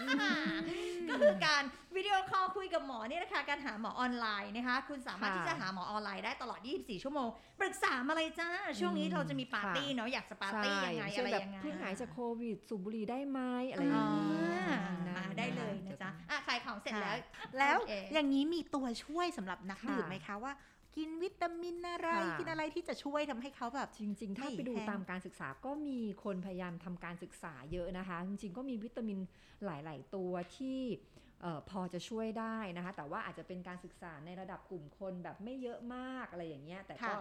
Speaker 4: ก็คือการวิดีโอคอลคุยกับหมอเนี่ยนะคะ การหาหมอออนไลน์นะคะ คุณสามารถ
Speaker 3: ค่ะ
Speaker 4: ที่จะหาหมอออนไลน์ได้ตลอด 24 ชั่วโมง ปรึกษามาเลยจ้า ช่วงนี้เราจะมีปาร์ตี้
Speaker 3: ค่ะ
Speaker 4: เนาะอยากจะปาร์ตี้ยังไง
Speaker 3: ใช่
Speaker 4: อะไร
Speaker 3: แบบ
Speaker 4: ยังไง
Speaker 3: เพิ่งหายจากโควิดสูบบุหรี่ได้ไหมอะไรอย่างเงี้ย
Speaker 4: อ่า
Speaker 3: นะ
Speaker 4: มาได้เลยนะจ๊ะอ่ะขายของเสร็จแล้ว
Speaker 5: แล้ว
Speaker 4: โอเค
Speaker 5: อย่างนี้มีตัวช่วยสำหรับนัก
Speaker 3: ค่ะ
Speaker 5: ดื่มไหมคะว่า กินวิตามินอะไร
Speaker 3: ค่ะ
Speaker 5: กินอะไรที่จะช่วยทำให้เขาแบบ
Speaker 3: จริงๆ ถ้า
Speaker 5: ไม่
Speaker 3: ไปดู
Speaker 5: แห้ง
Speaker 3: ตามการศึกษาก็มีคนพยายามทำการศึกษาเยอะนะคะ จริงๆ ก็มีวิตามินหลาย ๆ ตัวที่เอ่อพอจะช่วยได้นะคะ แต่ว่าอาจจะเป็นการศึกษาในระดับกลุ่มคนแบบไม่เยอะมากอะไรอย่างเงี้ย แต่ก็
Speaker 5: ค่ะ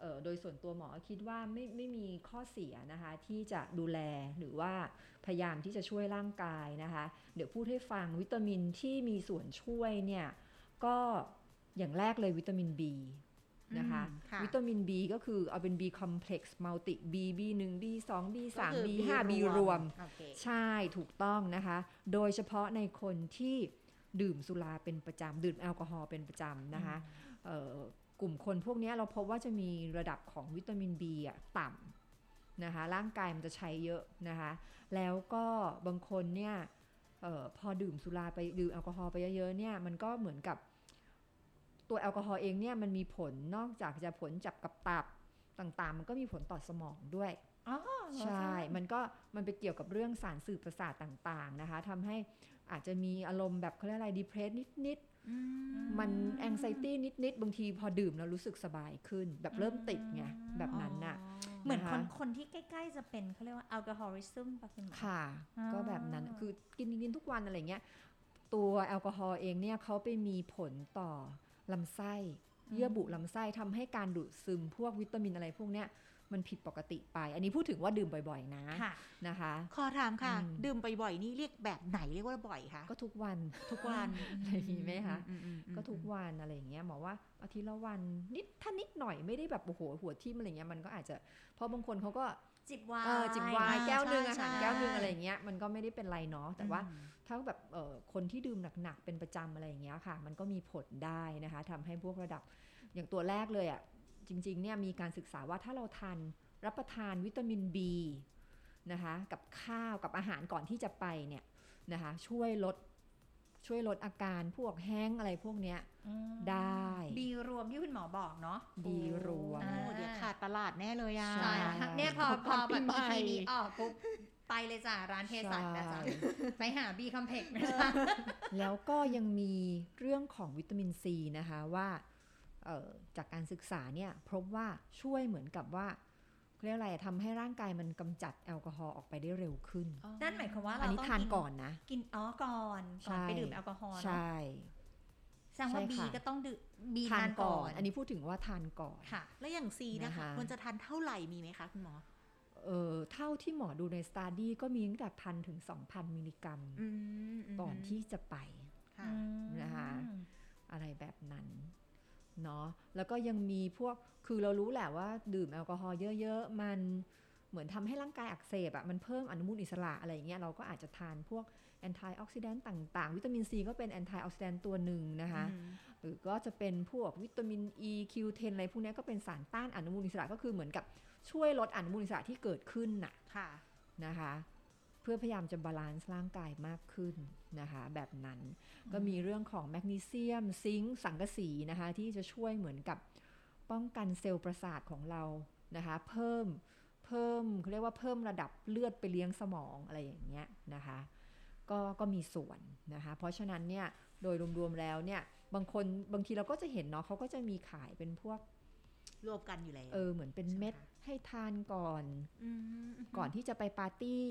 Speaker 3: เอ่อโดยส่วนตัวหมอคิดว่าไม่ไม่มีข้อเสียนะคะ ที่จะดูแลหรือว่าพยายามที่จะช่วยร่างกายนะคะ เดี๋ยวพูดให้ฟังวิตามินที่มีส่วนช่วยเนี่ยก็อย่างแรกเลยวิตามิน B นะคะ
Speaker 5: อืมค่ะ
Speaker 3: วิตามิน B ก็คือเอาเป็น B complex multi B B1 B2 B3
Speaker 5: ก็คือ
Speaker 3: B5 B รวม
Speaker 5: โอเค
Speaker 3: ใช่ถูกต้องนะคะ โดยเฉพาะในคนที่ดื่มสุราเป็นประจำดื่มแอลกอฮอล์เป็นประจำนะคะเอ่อกลุ่มคนพวกเนี้ยเราพบว่าจะมีระดับของวิตามิน B อะต่ำนะคะ ร่างกายมันจะใช้เยอะนะคะ แล้วก็บางคนเนี่ยเออพอดื่มสุราไปดื่มแอลกอฮอล์ไปเยอะๆเนี่ยมันก็เหมือนกับตัวแอลกอฮอล์เองเนี่ยมันมีผลนอกจากจะผลจับกับตับต่างๆ มันก็มีผลต่อสมองด้วย ใช่ มันก็มันไปเกี่ยวกับเรื่องสารสื่อประสาทต่างๆนะคะทำให้อาจจะมีอารมณ์แบบเขาเรียกอะไร ดีเพรสนิดๆ มันแองไซตี้นิดๆ บางทีพอดื่มแล้วรู้สึกสบายขึ้น แบบเริ่มติดไง แบบนั้นน่ะ
Speaker 4: เหมือนคน
Speaker 3: นะคะ
Speaker 4: คนที่ใกล้ ๆ จะเป็นเขาเรียกว่า alcoholism ป่ะคุณหมอ
Speaker 3: ค่ะ
Speaker 4: อ่า
Speaker 3: ก็แบบนั้น คือกินกินทุกวันอะไรเงี้ย ตัวแอลกอฮอล์เองเนี่ยเขาไปมีผลต่อลำไส้ เยื่อบุลำไส้ทำให้การดูดซึมพวกวิตามินอะไรพวกเนี้ยมันผิดปกติไป อันนี้พูดถึงว่าดื่มบ่อยๆ นะ
Speaker 4: ค่ะ
Speaker 3: นะคะ
Speaker 5: ขอถามค่ะ
Speaker 3: อืม
Speaker 5: ดื่มบ่อยๆนี่เรียกแบบไหนเรียกว่าบ่อยคะ
Speaker 3: ก็ทุกวัน
Speaker 5: ทุกวัน
Speaker 3: อะไรอย่างงี้ไหมคะ
Speaker 5: อืมๆๆ
Speaker 3: ก็ทุกวันอะไรอย่างเงี้ยหมอว่าอาทิตย์ละวันนิดถ้านิดหน่อยไม่ได้แบบโอ้โหหัวทิ่มอะไรเงี้ยมันก็อาจจะเพราะบางคนเขาก็
Speaker 4: จิบวาย
Speaker 3: เออจิบไวายแก้วหนึงอา
Speaker 4: ใช่
Speaker 3: หาร
Speaker 4: ใช่
Speaker 3: แก้วหนึงอะไรอย่างเงี้ยมันก็ไม่ได้เป็นไรเนาะแต่ว่า
Speaker 5: อืม
Speaker 3: ถ้าแบบเออคนที่ดื่มหนักๆเป็นประจำอะไรอย่างเงี้ยค่ะ มันก็มีผลได้นะคะทำให้พวกระดับอย่างตัวแรกเลยอ่ะจริงๆเนี่ยมีการศึกษาว่าถ้าเราทานรับประทานวิตามิน B นะคะกับข้าวกับอาหารก่อนที่จะไปเนี่ยนะคะช่วยลดช่วยลดอาการพวกแห้งอะไรพวกเนี้ย
Speaker 4: อืม
Speaker 3: ได้
Speaker 4: บีรวมที่คุณหมอบอกเนาะ
Speaker 3: บีรวม
Speaker 5: โอ้เดี๋ยวขาดตลาดแน่เลยอ่ะ
Speaker 3: ใช่
Speaker 4: ใช่ค่ะเนี่ยพอ
Speaker 5: ขอบ
Speaker 4: พ
Speaker 5: คุ
Speaker 4: อ
Speaker 5: ณ
Speaker 4: แบบ
Speaker 5: ปีให
Speaker 4: อี
Speaker 5: ม่
Speaker 4: พีนี้ออกปุ๊บไปเลยจ้ะร้านเภสัชนะจ๊ะ
Speaker 3: ใช่
Speaker 4: ไปหาบีคอมเพล็กซ์นะจ๊ะ
Speaker 3: แล้วก็ยังมีเรื่องของวิตามินซีนะคะว่าเอ่อจากการศึกษาเนี่ยพบว่าช่วยเหมือนกับว่าเขาเรียกอะไรทำให้ร่างกายมันกำจัดแอลกอฮอล์ออกไปได้เร็วขึ้น
Speaker 4: นั่นหมายความว่า
Speaker 3: อั
Speaker 4: เรา
Speaker 3: นนี้
Speaker 4: ต้อง
Speaker 3: ทานก่อนนะ
Speaker 4: กินอ๋อก่อนก่อน
Speaker 3: ใช่
Speaker 4: ไปดื่มแอลกอฮอล์เนอะ
Speaker 3: ใช่
Speaker 4: แสดงว่า
Speaker 3: ใช่
Speaker 4: บี
Speaker 3: ค่ะ
Speaker 4: ก็ต้องดื่มบีทานก่อน
Speaker 3: อันนี้พูดถึงว่าทานก่อน
Speaker 4: ค่ะ
Speaker 5: แล้วอย่างซีนะคะ
Speaker 3: นะคะ
Speaker 5: ควรจะทานเท่าไหร่มีไหมคะคุณหมอ
Speaker 3: เออเท่าที่หมอดูในสตาร์ดี้ก็มีตั้งแต่พันถึง 2,000 มิลลิกรัม
Speaker 5: อืมๆๆ
Speaker 3: ก่อนที่จะไป
Speaker 5: ค่ะ
Speaker 3: นะคะ อะไรแบบนั้นเนาะแล้วก็ยังมีพวกคือเรารู้แหละว่าดื่มแอลกอฮอล์เยอะๆ มันเหมือนทำให้ร่างกายอักเสบอะมันเพิ่มอนุมูลอิสระอะไรอย่างเงี้ยเราก็อาจจะทานพวกแอนตี้ออกซิแดนต์ต่างๆ วิตามินซีก็เป็นแอนตี้ออกซิแดนต์ตัวหนึ่งนะคะ หรือก็จะเป็นพวกวิตามิน E Q10 อะไรพวกเนี้ยก็เป็นสารต้านอนุมูลอิสระก็คือเหมือนกับช่วยลดอนุมูลอิสระที่เกิดขึ้นน่ะ
Speaker 5: ค่ะ
Speaker 3: นะคะ เพื่อพยายามจะบาลานซ์ร่างกายมากขึ้นนะคะ แบบนั้น ก็มีเรื่องของแมกนีเซียม ซิงค์ สังกะสีนะคะ ที่จะช่วยเหมือนกับป้องกันเซลล์ประสาทของเรานะคะ เพิ่มเพิ่มเขาเรียกว่าเพิ่มระดับเลือดไปเลี้ยงสมองอะไรอย่างเงี้ยนะคะ ก็ก็มีส่วนนะคะ เพราะฉะนั้นเนี่ย โดยรวมๆแล้วเนี่ย บางคนบางทีเราก็จะเห็นเนาะเขาก็จะมีขายเป็นพวก
Speaker 5: รวมกันอยู่แล้ว
Speaker 3: เออเหมือนเป็นเม็ดให้ทานก่อน
Speaker 5: ม
Speaker 3: ก่อนที่จะไปปาร์ตี้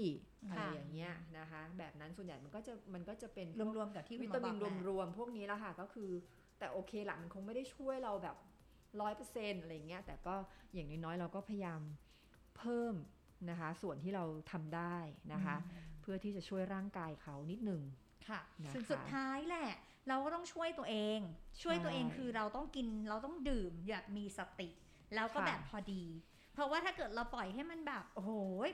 Speaker 3: อะ
Speaker 5: ค่ะ
Speaker 3: ไรอย่างเงี้ยนะคะ แบบนั้นส่วนใหญ่มันก็จะมันก็จะเป็นพวก
Speaker 4: รวมๆกับที่
Speaker 3: ที่
Speaker 4: คุณ
Speaker 3: วิ
Speaker 4: หอ
Speaker 3: ตามิน
Speaker 4: บอกะ
Speaker 3: รวมๆพวกนี้แล้วค่ะก็คือ แต่โอเคละมันคงไม่ได้ช่วยเราแบบร้อยเปอร์เซ็นต์อะไรอย่างเงี้ยแต่ก็อย่างน้อยๆเราก็พยายามเพิ่มนะคะ ส่วนที่เราทำได้นะคะ เพื่อที่จะช่วยร่างกายเขานิดหนึ่ง
Speaker 4: ค่ะ
Speaker 3: นะคะ
Speaker 4: ส่วนสุดท้ายแหละ เราก็ต้องช่วยตัวเอง ช่วยตัวเอง
Speaker 3: ใช่
Speaker 4: คือเราต้องกินเราต้องดื่มแบบมีสติ แล้วก็
Speaker 3: ค่ะ
Speaker 4: แบบพอดี เพราะว่าถ้าเกิดเราปล่อยให้มันแบบโอ้โห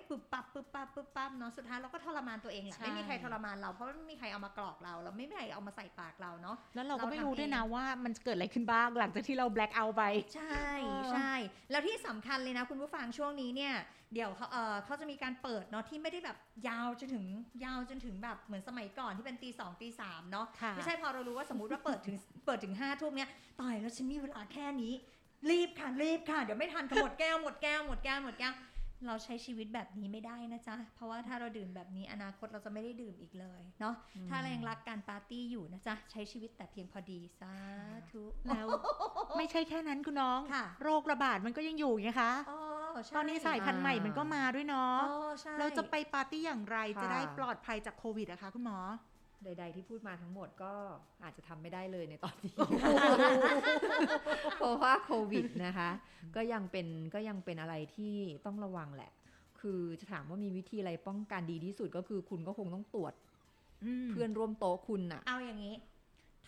Speaker 4: ปึบปับปึบปับปึบปับเนาะสุดท้ายเราก็ทรมานตัวเองแหละ
Speaker 5: ใช่
Speaker 4: ไม่มีใครทรมานเราเพราะไม่มีใครเอามากรอกเรา เราไม่มีใครเอามาใส่ปากเราเนาะ
Speaker 5: แล้วเราก็
Speaker 4: เรา
Speaker 5: ไม่
Speaker 4: ทำ
Speaker 5: รู้ด้วยนะ
Speaker 4: เอง
Speaker 5: ว่ามันเกิดอะไรขึ้นบ้างหลังจากที่เราแบล็คเอาท์ไป
Speaker 4: ใช่
Speaker 5: เออ
Speaker 4: ใช่แล้วที่สำคัญเลยนะคุณผู้ฟังช่วงนี้เนี่ยเดี๋ยวเขาเออเขาจะมีการเปิดเนาะที่ไม่ได้แบบยาวจนถึงยาวจนถึงแบบเหมือนสมัยก่อนที่เป็นตีสองตีสามเนาะ
Speaker 5: ค่ะ
Speaker 4: ไม่ใช่พอเรารู้ว่าสมมติว่าเปิดถึง เปิดถึงห้าทุ่มเนี้ยตายแล้วฉันมีเวลาแค่นี้ รีบค่ะรีบค่ะเดี๋ยวไม่ทันค่ะหมดแก้วหมดแก้วหมดแก้วหมดแก้วเราใช้ชีวิตแบบนี้ไม่ได้นะจ๊ะ เพราะว่าถ้าเราดื่มแบบนี้อนาคตเราจะไม่ได้ดื่มอีกเลยเนาะถ้าเรายังรักการปาร์ตี้อยู่นะจ๊ะ ใช้ชีวิตแต่เพียงพอดีสาธุ
Speaker 5: แล้วไม่ใช่แค่นั้นคุณน้อง
Speaker 4: ค่ะ
Speaker 5: โรคระบาดมันก็ยังอยู่ไงคะ
Speaker 4: อ๋อใช่
Speaker 5: ตอนนี้สายพันธุ์ใหม่มันก็มาด้วย
Speaker 4: อ๋
Speaker 5: เนาะ
Speaker 4: อใช่
Speaker 5: เราจะไปปาร์ตี้อย่างไร
Speaker 3: ค่ะ
Speaker 5: จะได้ปลอดภัยจากโควิดอะคะคุณหมอ
Speaker 3: ใด ๆ ที่พูดมาทั้งหมดก็อาจจะทำไม่ได้เลยในตอนนี้ [laughs] เพราะว่าโควิดนะคะ ก็ยังเป็นก็ยังเป็นอะไรที่ต้องระวังแหละ คือจะถามว่ามีวิธีอะไรป้องกันดีที่สุดก็คือคุณก็คงต้องตรวจ
Speaker 5: อืม
Speaker 3: เพื่อนร่วมโต๊ะคุณอะ
Speaker 4: เอาอย่างนี้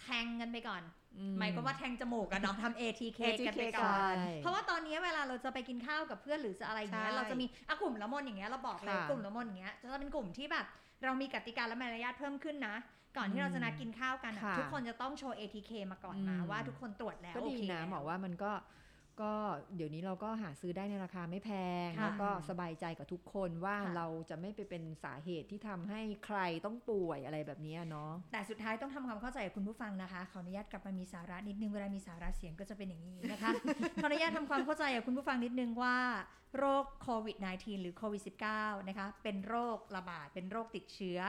Speaker 4: แทงกันไปก่อน
Speaker 3: อื
Speaker 4: หมายความว่าแทงจมูกกันเนาะทำ ATK กันไป
Speaker 3: ใช่
Speaker 4: ก่อน เพราะว่าตอนนี้เวลาเราจะไปกินข้าวกับเพื่อนหรือจะอะไรอย่างเงี้ย
Speaker 5: ใช่
Speaker 4: เราจะมีอ่ะกลุ่มละมนอย่างเงี้ยเราบอกเลย
Speaker 3: ค่ะ
Speaker 4: กลุ่มละมนอย่างเงี้ยจะเป็นกลุ่มที่แบบเรามีกติกาและมารยาทเพิ่มขึ้นนะ ก่อนที่เราจะนัดกินข้าวกันอะ
Speaker 3: ค่ะ
Speaker 4: ทุกคนจะต้องโชว์ ATK มาก่อนนะ
Speaker 3: อืม
Speaker 4: ว่าทุกคนตรวจแล้ว
Speaker 3: ก็ดี
Speaker 4: โเค
Speaker 3: นะหมอ
Speaker 4: แล้ว
Speaker 3: ว่ามันก็ก็เดี๋ยวนี้เราก็หาซื้อได้ในราคาไม่แพง
Speaker 4: ค่ะ
Speaker 3: แล้วก็สบายใจกับทุกคนว่า
Speaker 4: ค่ะ
Speaker 3: เราจะไม่ไปเป็นสาเหตุที่ทำให้ใครต้องป่วยอะไรแบบเนี้ยเนาะ
Speaker 4: แต่สุดท้ายต้องทำความเข้าใจกับคุณผู้ฟังนะคะ ขออนุญาตกลับมามีสาระนิดนึงเวลามีสาระเสียงก็จะเป็นอย่างนี้นะคะ [laughs] ขออนุญาตทำความเข้าใจกับคุณผู้ฟังนิดนึงว่า โรคโควิด -19 หรือโควิด -19 นะคะ เป็นโรคระบาด เป็นโรคติดเชื้อ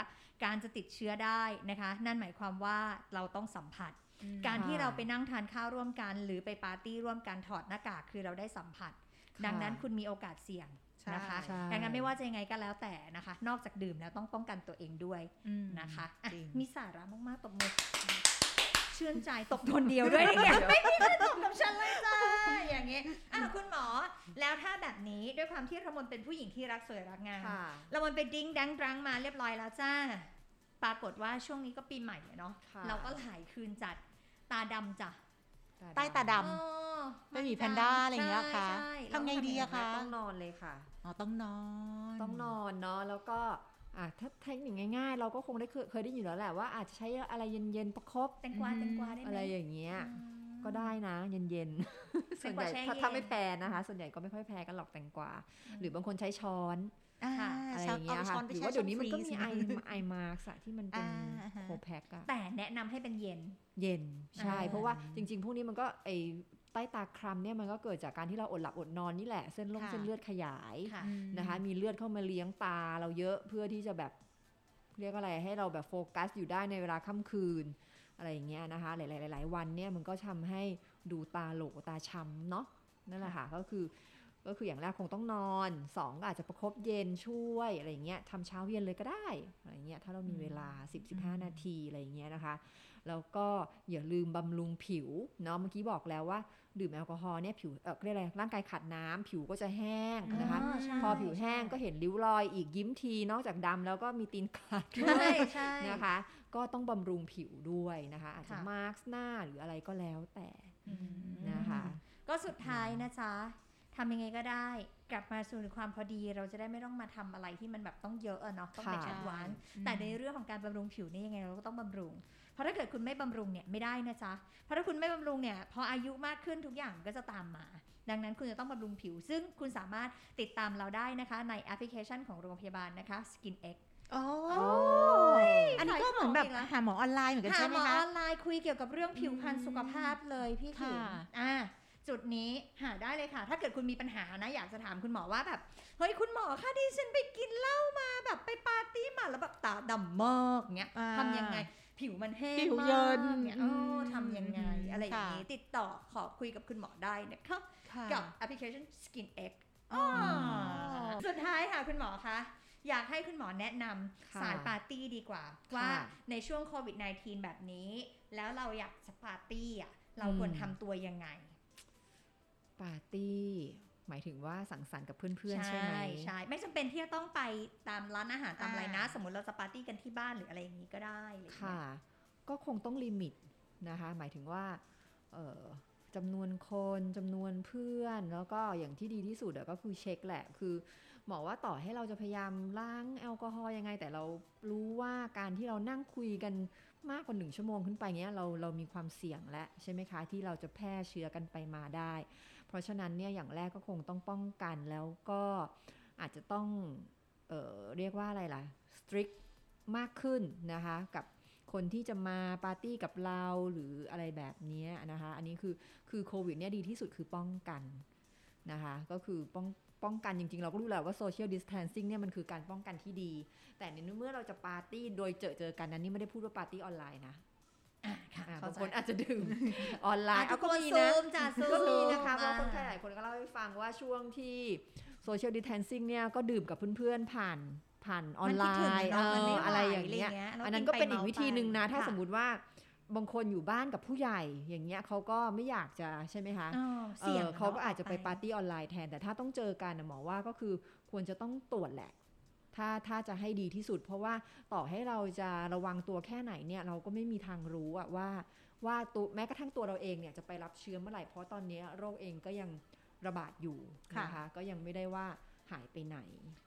Speaker 4: การจะติดเชื้อได้นะคะ นั่นหมายความว่าเราต้องสัมผัส การที่เราไปนั่งทานข้าวร่วมกัน หรือไปปาร์ตี้ร่วมกันถอดหน้ากากคือเราได้สัมผัส
Speaker 3: ค่ะ
Speaker 4: ดังนั้นคุณมีโอกาสเสี่ยงนะคะ
Speaker 3: ใช่
Speaker 4: ดังนั้นไม่ว่าจะยังไงก็แล้วแต่นะคะ นอกจากดื่มแล้วต้องป้องกันตัวเองด้วย
Speaker 5: อืม
Speaker 4: นะคะอ่ะ
Speaker 5: จริง
Speaker 4: มีสาระมาก ๆ ตบมือ ชื่นใจตบคนเดียว
Speaker 5: [laughs]
Speaker 4: ด้วยเนี่ยไม่มีใครตบกับฉันเลยจ้า อย่างเงี้ยอ่ะคุณหมอ แล้วถ้าแบบนี้ด้วยความที่ระมนเป็นผู้หญิงที่รักสวยรักงาม
Speaker 3: ค่ะ
Speaker 4: ระมนไปดิ้งดังดรังมาเรียบร้อยแล้วจ้า ปรากฏว่าช่วงนี้ก็ปีใหม่อะเนาะ
Speaker 3: ค่ะ
Speaker 4: เราก็หลายคืนจัด ตาดำจ้ะ
Speaker 5: ใต้ตาด
Speaker 4: เออ
Speaker 5: ไม่มีแพนด้าอะไรอย่างเงี้ยเหรอคะ
Speaker 4: ใช่ใช่
Speaker 5: ทำไงดีอะคะ
Speaker 3: ต้องนอนเลยค่ะ
Speaker 5: ำอ๋อต้องนอน
Speaker 3: ต้องนอนเนาะแล้วก็อ่ะถ้าเทคนิคง่าย ๆ เราก็คงได้เคยเคยได้ยินอยู่แล้วแหละว่าอาจจะใช้อะไรเย็นๆประคบ
Speaker 4: แตงกวาแตงกวาได้ไหม
Speaker 3: อะไรอย่างเงี้ย
Speaker 4: อืม
Speaker 3: ก็ได้นะ เย็นๆ [laughs] ส่วนใหญ่
Speaker 4: แตงกวาแช่
Speaker 3: ถ้า
Speaker 4: เย็น
Speaker 3: ถ้าไม่แพ้นะคะ ส่วนใหญ่ก็ไม่ค่อยแพ้กันหรอกแตงกวาหรือบางคนใช้ช้อน
Speaker 5: อ่า
Speaker 4: ค่ะ
Speaker 3: อะไรอ
Speaker 5: ใช่
Speaker 3: ย่างเงี้ย
Speaker 5: ป
Speaker 3: ค่ะ
Speaker 5: ช้อนไป
Speaker 3: หรือ
Speaker 5: แช่
Speaker 3: ว่าเดี๋ยวนี้มันก็
Speaker 5: ช่ง
Speaker 3: ม
Speaker 5: ฟ
Speaker 3: ี
Speaker 5: รีซ
Speaker 3: ไอไอมาร์กอะที่มันเป็น
Speaker 5: อ่าอ่าฮะ
Speaker 3: โคแพ็กอะ
Speaker 4: แต่แนะนำให้เป็นเย็น
Speaker 3: เย็นใช่
Speaker 4: อ่า
Speaker 3: เพราะว่าจริง ๆ พวกนี้มันก็ไอใต้ตาครัมเนี่ยมันก็เกิดจากการที่เราอดหลับอดนอนนี่แหละเส้นลง
Speaker 5: ค่ะ
Speaker 3: เส้นเลือดขยาย
Speaker 4: ค่ะ
Speaker 5: อืม
Speaker 3: นะคะ มีเลือดเข้ามาเลี้ยงตาเราเยอะเพื่อที่จะแบบเรียกอะไรให้เราแบบโฟกัสอยู่ได้ในเวลาค่ำคืนอะไรอย่างเงี้ยนะคะ หลายๆหลายๆวันเนี่ยมันก็ทำให้ดูตาโหลตาช้ำเนาะนั่นแหละค่ะก็คือก็คืออย่างแรกคงต้องนอนสองก็อาจจะประคบเย็นช่วยอะไรอย่างเงี้ยทำเช้าเย็นเลยก็ได้อะไรอย่างเงี้ยถ้าเรามีเวลา 10-15 นาทีอะไรอย่างเงี้ยนะคะ แล้วก็อย่าลืมบำรุงผิวเนาะเมื่อกี้บอกแล้วว่า ดื่มแอลกอฮอล์เนี่ยผิวเออเรียกอะไรร่างกายขาดน้ำผิวก็จะแห้งนะคะ
Speaker 4: อ๋อใช่
Speaker 3: พอผิวแห้งก็เห็นริ้วรอยอีกยิ้มที นอกจากดำแล้วก็มีตีนขาดด้
Speaker 4: ใช่
Speaker 3: วย
Speaker 4: ใช่
Speaker 3: นะคะ ก็ต้องบำรุงผิวด้วยนะคะ อาจจะ
Speaker 4: ค่ะ
Speaker 3: มาร์กหน้าหรืออะไรก็แล้วแต่
Speaker 4: อืม
Speaker 3: นะคะ
Speaker 4: ก็สุดท้ายนะจ๊ะทำยังไงก็ได้ กลับมาสู่ความพอดีเราจะได้ไม่ต้องมาทำอะไรที่มันแบบต้องเยอะอะเนาะต้องเป็น
Speaker 3: ค่ะ
Speaker 4: แอดวานซ์แต่ในเรื่องของการบำรุงผิวเนี่ยยังไงเราก็ต้องบำรุง เพราะถ้าเกิดคุณไม่บำรุงเนี่ยไม่ได้นะจ๊ะเพราะถ้าคุณไม่บำรุงเนี่ยพออายุมากขึ้นทุกอย่างมันก็จะตามมา ดังนั้นคุณจะต้องบำรุงผิว ซึ่งคุณสามารถติดตามเราได้นะคะ ในแอปพลิเคชันของโรงพยาบาลนะคะ Skin X
Speaker 5: โอ้
Speaker 4: ย
Speaker 5: อันนี้ก็เหมือนแบบหาหมอออนไลน์เหมือนกัน
Speaker 4: หา
Speaker 5: ใช่
Speaker 4: ห
Speaker 5: ไห
Speaker 4: ม
Speaker 5: ม
Speaker 4: อ
Speaker 5: คะ
Speaker 4: ออนไลน์คุยเกี่ยวกับเรื่องผิวพรรณสุขภาพเลยพี่
Speaker 5: ค่ะ
Speaker 4: ขิมอ่าจุดนี้หาได้เลยค่ะ ถ้าเกิดคุณมีปัญหานะ อยากจะถามคุณหมอว่าแบบ เฮ้ยคุณหมอคะดิฉันไปกินเหล้ามาแบบไปปาร์ตี้มาแล้วแบบตาดำมากเงี้ย
Speaker 5: อ่า
Speaker 4: ทำยังไง ผิวมันแห้ง
Speaker 5: ผิวเยิน
Speaker 4: มากเนี่ย
Speaker 5: อืม
Speaker 4: เออทำยังไง อะไรอย่างนี้
Speaker 5: ค่ะ
Speaker 4: ติดต่อขอคุยกับคุณหมอได้นะคะ
Speaker 5: ค่ะ
Speaker 4: กับแอปพลิเคชัน Skin X
Speaker 5: อ๋อ
Speaker 4: สุดท้ายค่ะคุณหมอคะ อยากให้คุณหมอแนะน
Speaker 3: ค่ะ
Speaker 4: ำสายปาร์ตี้ดีกว่า ว่า
Speaker 3: ค่ะ
Speaker 4: ในช่วงโควิด -19 แบบนี้ แล้วเราอยากจะปาร์ตี้อ่ะเรา
Speaker 3: อืม
Speaker 4: ควรทำตัวยังไง
Speaker 3: ปาร์ตี้ หมายถึงว่าสังสรรค์กับเพื่อนๆใช่ไหม
Speaker 4: ใช่ไม่จำเป็นที่จะต้องไปตามร้านอาหารตามอะไรนะ
Speaker 5: อ่า
Speaker 4: สมมติเราจะปาร์ตี้กันที่บ้านหรืออะไรอย่างนี้ก็ได้อะไรอย่างเงี้ย
Speaker 3: ค่ะ ก็คงต้องลิมิตนะคะ หมายถึงว่าเอ่อจำนวนคนจำนวนเพื่อน แล้วก็อย่างที่ดีที่สุดอะก็คือเช็คแหละ คือหมอว่าต่อให้เราจะพยายามล้างแอลกอฮอล์ยังไง แต่เรารู้ว่าการที่เรานั่งคุยกันมากกว่าหนึ่งชั่วโมงขึ้นไปเนี้ยเราเรามีความเสี่ยงแล้วใช่ไหมคะ ที่เราจะแพร่เชื้อกันไปมาได้ เพราะฉะนั้นเนี่ยอย่างแรกก็คงต้องป้องกันแล้วก็อาจจะต้องเออเรียกว่าอะไรล่ะ strict มากขึ้นนะคะกับ คนที่จะมาปาร์ตี้กับเราหรืออะไรแบบเนี้ยนะคะ อันนี้คือคือโควิดเนี่ยดีที่สุดคือป้องกันนะคะ ก็คือป้องป้องกันจริงๆ เราก็รู้แหล้วว่าโซเชียลดิส a ทนซิ่งเนี่ยมันคือการป้องกันที่ดี แต่ในเมื่อเราจะปาร์ตี้โดยเจอเจอกันนั้นนี่ไม่ได้พูดว่าปาร์ตี้ออนไลน์นะอ่า
Speaker 4: เข้า
Speaker 3: บาง
Speaker 4: ใจ
Speaker 3: คนอาจจะดื่ม ออนไลน์
Speaker 4: ทุ
Speaker 3: เอา
Speaker 4: ก
Speaker 3: ก็
Speaker 4: คน
Speaker 3: มี
Speaker 4: ซู
Speaker 3: นะ
Speaker 4: มจ้ะซูม
Speaker 3: ก็มี [laughs] นะคะเพ
Speaker 4: ออ
Speaker 3: ราะ
Speaker 4: กม
Speaker 3: คนไข้หลายคนก็เล่าให้ฟังว่าช่วงที่โซเชียลดิส a ทนซิ่งเนี่ยก็ดื่มกับเพื่อนๆผ่านผ่านออนไลน์เอ
Speaker 4: มัคิดถึงเนอะมันม่
Speaker 3: อ
Speaker 4: หว
Speaker 3: อะไรอย่างเงี้ย
Speaker 4: รา
Speaker 3: อันนั้นก็เป็นอีก
Speaker 4: ไมา
Speaker 3: วิธีหนึ่งนะ ถ้า
Speaker 4: ค่
Speaker 3: สมมติว่าบางคนอยู่บ้านกับผู้ใหญ่อย่างเงี้ยเขาก็ไม่อยากจะใช่ไหมคะ
Speaker 4: เออเสี่ยง
Speaker 3: เออเขาก็อาจจะไป
Speaker 4: น
Speaker 3: ปาร์ตี้ออนไลน์แทน แต่ถ้าต้องเจอกันน่ะหมอว่าก็คือควรจะต้องตรวจแหละ ถ้าถ้าจะให้ดีที่สุด เพราะว่าต่อให้เราจะระวังตัวแค่ไหนเนี่ยเราก็ไม่มีทางรู้อะว่าว่าตัวแม้กระทั่งตัวเราเองเนี่ยจะไปรับเชื้อเมื่อไหร่เพราะตอนเนี้ยโรคเองก็ยังระบาดอยู่นะคะ ก็ยังไม่ได้ว่าหายไปไหน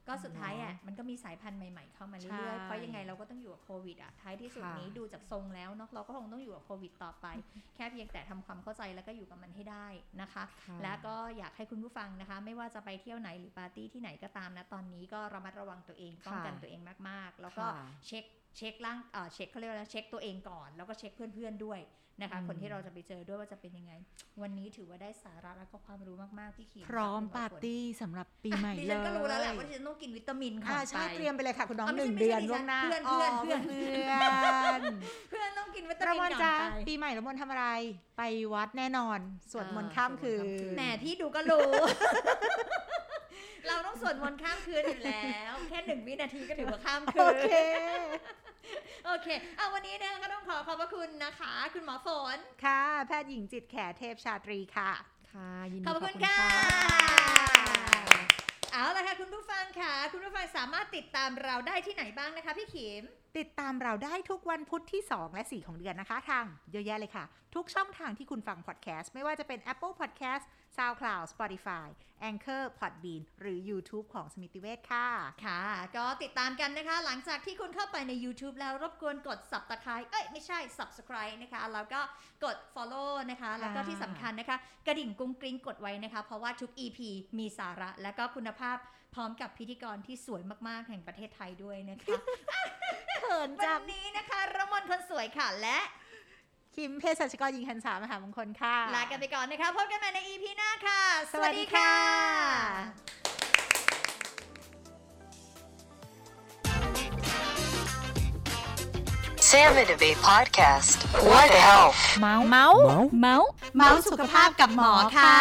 Speaker 4: ก็สุดท้ายอ่ะมันก็มีสายพันธุ์ใหม่ๆเข้ามาเรื่อย
Speaker 5: ใช่
Speaker 4: ๆเพราะยังไงเราก็ต้องอยู่กับโควิดอ่ะท้ายที่สุด
Speaker 3: ค่ะ
Speaker 4: นี้ดูจากทรงแล้วเนาะเราก็คงต้องอยู่กับโควิดต่อไป แค่เพียงแต่ทำความเข้าใจแล้วก็อยู่กับมันให้ได้นะคะ
Speaker 3: ค่ะ
Speaker 4: แล้วก็อยากให้คุณผู้ฟังนะคะ ไม่ว่าจะไปเที่ยวไหนหรือปาร์ตี้ที่ไหนก็ตามนะตอนนี้ก็ระมัดระวังตัวเองป้องกัน
Speaker 3: ค่ะ
Speaker 4: ตัวเองมากๆ แล้วก็
Speaker 3: ค่ะ
Speaker 4: เช็คเช็คร่างเอ่อเช็คเขาเรียกว่าอะไรเช็คตัวเองก่อน แล้วก็เช็คเพื่อนๆด้วยนะคะ
Speaker 3: อืม
Speaker 4: คนที่เราจะไปเจอด้วยว่าจะเป็นยังไง วันนี้ถือว่าได้สาระแล้วก็ความรู้มากๆที่ขี
Speaker 5: พร้อมปาร์ตี้สำหรับปีใหม่
Speaker 4: ดิ
Speaker 5: เล
Speaker 4: ฉั
Speaker 5: ย
Speaker 4: นก็รู้แล้วแหละว่าดิฉันต้องกินวิตามินก่อ
Speaker 5: อ่าน ใช่
Speaker 4: ไป
Speaker 5: เตรียมไปเลยค่ะคุณน้อง
Speaker 4: อ่ะ
Speaker 5: ห
Speaker 4: ไม่
Speaker 5: นึ่
Speaker 4: ใช่
Speaker 5: ง
Speaker 4: ไม่
Speaker 5: เดือนล่วงหน้า
Speaker 4: ใช่ดิฉันเพื่อนเพื่อนเพื่อน
Speaker 5: เพื่
Speaker 4: [laughs]
Speaker 5: อน
Speaker 4: เพื่อนต้องกินวิตา
Speaker 5: ระ
Speaker 4: มิน
Speaker 5: มอน
Speaker 4: ก่อน
Speaker 5: จ้า
Speaker 4: ไป
Speaker 5: ปีใหม่ระมอนทำอะไร ไปวัดแน่นอน สวดมนต์ข้ามคื
Speaker 3: ส
Speaker 5: น
Speaker 3: วดมนต์ข้ามคืน
Speaker 4: แหมที่ดูก็รู้ [laughs] เราต้องสวดมนต์ข้ามคืนอยู่แล้ว แค่หนึ่งวินาทีก็ถือว่าข้ามคื
Speaker 5: โอน เค
Speaker 4: โอเคเอาวันนี้นะคะก็ต้องขอขอบพระคุณนะคะ คุณหมอฝน
Speaker 5: ค่ะ แพทย์หญิงจิตแขเทพชาตรีค่ะ
Speaker 3: ค่ะยินดี
Speaker 4: ขอบคุณค่ะ เอาละค่ะคุณผู้ฟังค่ะ คุณผู้ฟังสามารถติดตามเราได้ที่ไหนบ้างนะคะ พี่ขิม
Speaker 5: ติดตามเราได้ทุกวันพุธที่ 2 และ 4 ของเดือนนะคะ ทางเยอะแยะเลยค่ะ ทุกช่องทางที่คุณฟังพอดแคสต์ ไม่ว่าจะเป็น Apple Podcast SoundCloud Spotify Anchor Podbean หรือ YouTube ของสมิติเวชค่ะ
Speaker 4: ค่ะ ก็ติดตามกันนะคะ หลังจากที่คุณเข้าไปใน YouTube แล้วรบกวนกด subscribe เอ้ยไม่ใช่ subscribe นะคะ แล้วก็กด follow นะคะ แล้วก็ที่สำคัญนะคะ กระดิ่งกุ้งกริ้งกดไว้นะคะ เพราะว่าทุก EP มีสาระ และก็คุณภาพพร้อมกับพิธีกรที่สวยมากๆ แห่งประเทศไทยด้วยนะคะ
Speaker 5: เขิน
Speaker 4: วั
Speaker 5: จั
Speaker 4: น
Speaker 5: บ
Speaker 4: นี้นะคะระมนคนสวยค่ะและ
Speaker 5: คิมเพศสัชกรหญิงหันสามหามงคลค่ะ
Speaker 4: ลากันไปก่อนนะคะ พบกันใหม่ใน EP หน้าค่ะ สวัส
Speaker 5: สวัส
Speaker 4: ดี
Speaker 5: ดี
Speaker 4: ค่
Speaker 5: ค่ะ
Speaker 4: ะ
Speaker 1: Salmon of a podcast. What health?
Speaker 5: เมาส์
Speaker 2: Mão.
Speaker 5: เมาส์สุขภาพกับหมอค่ะ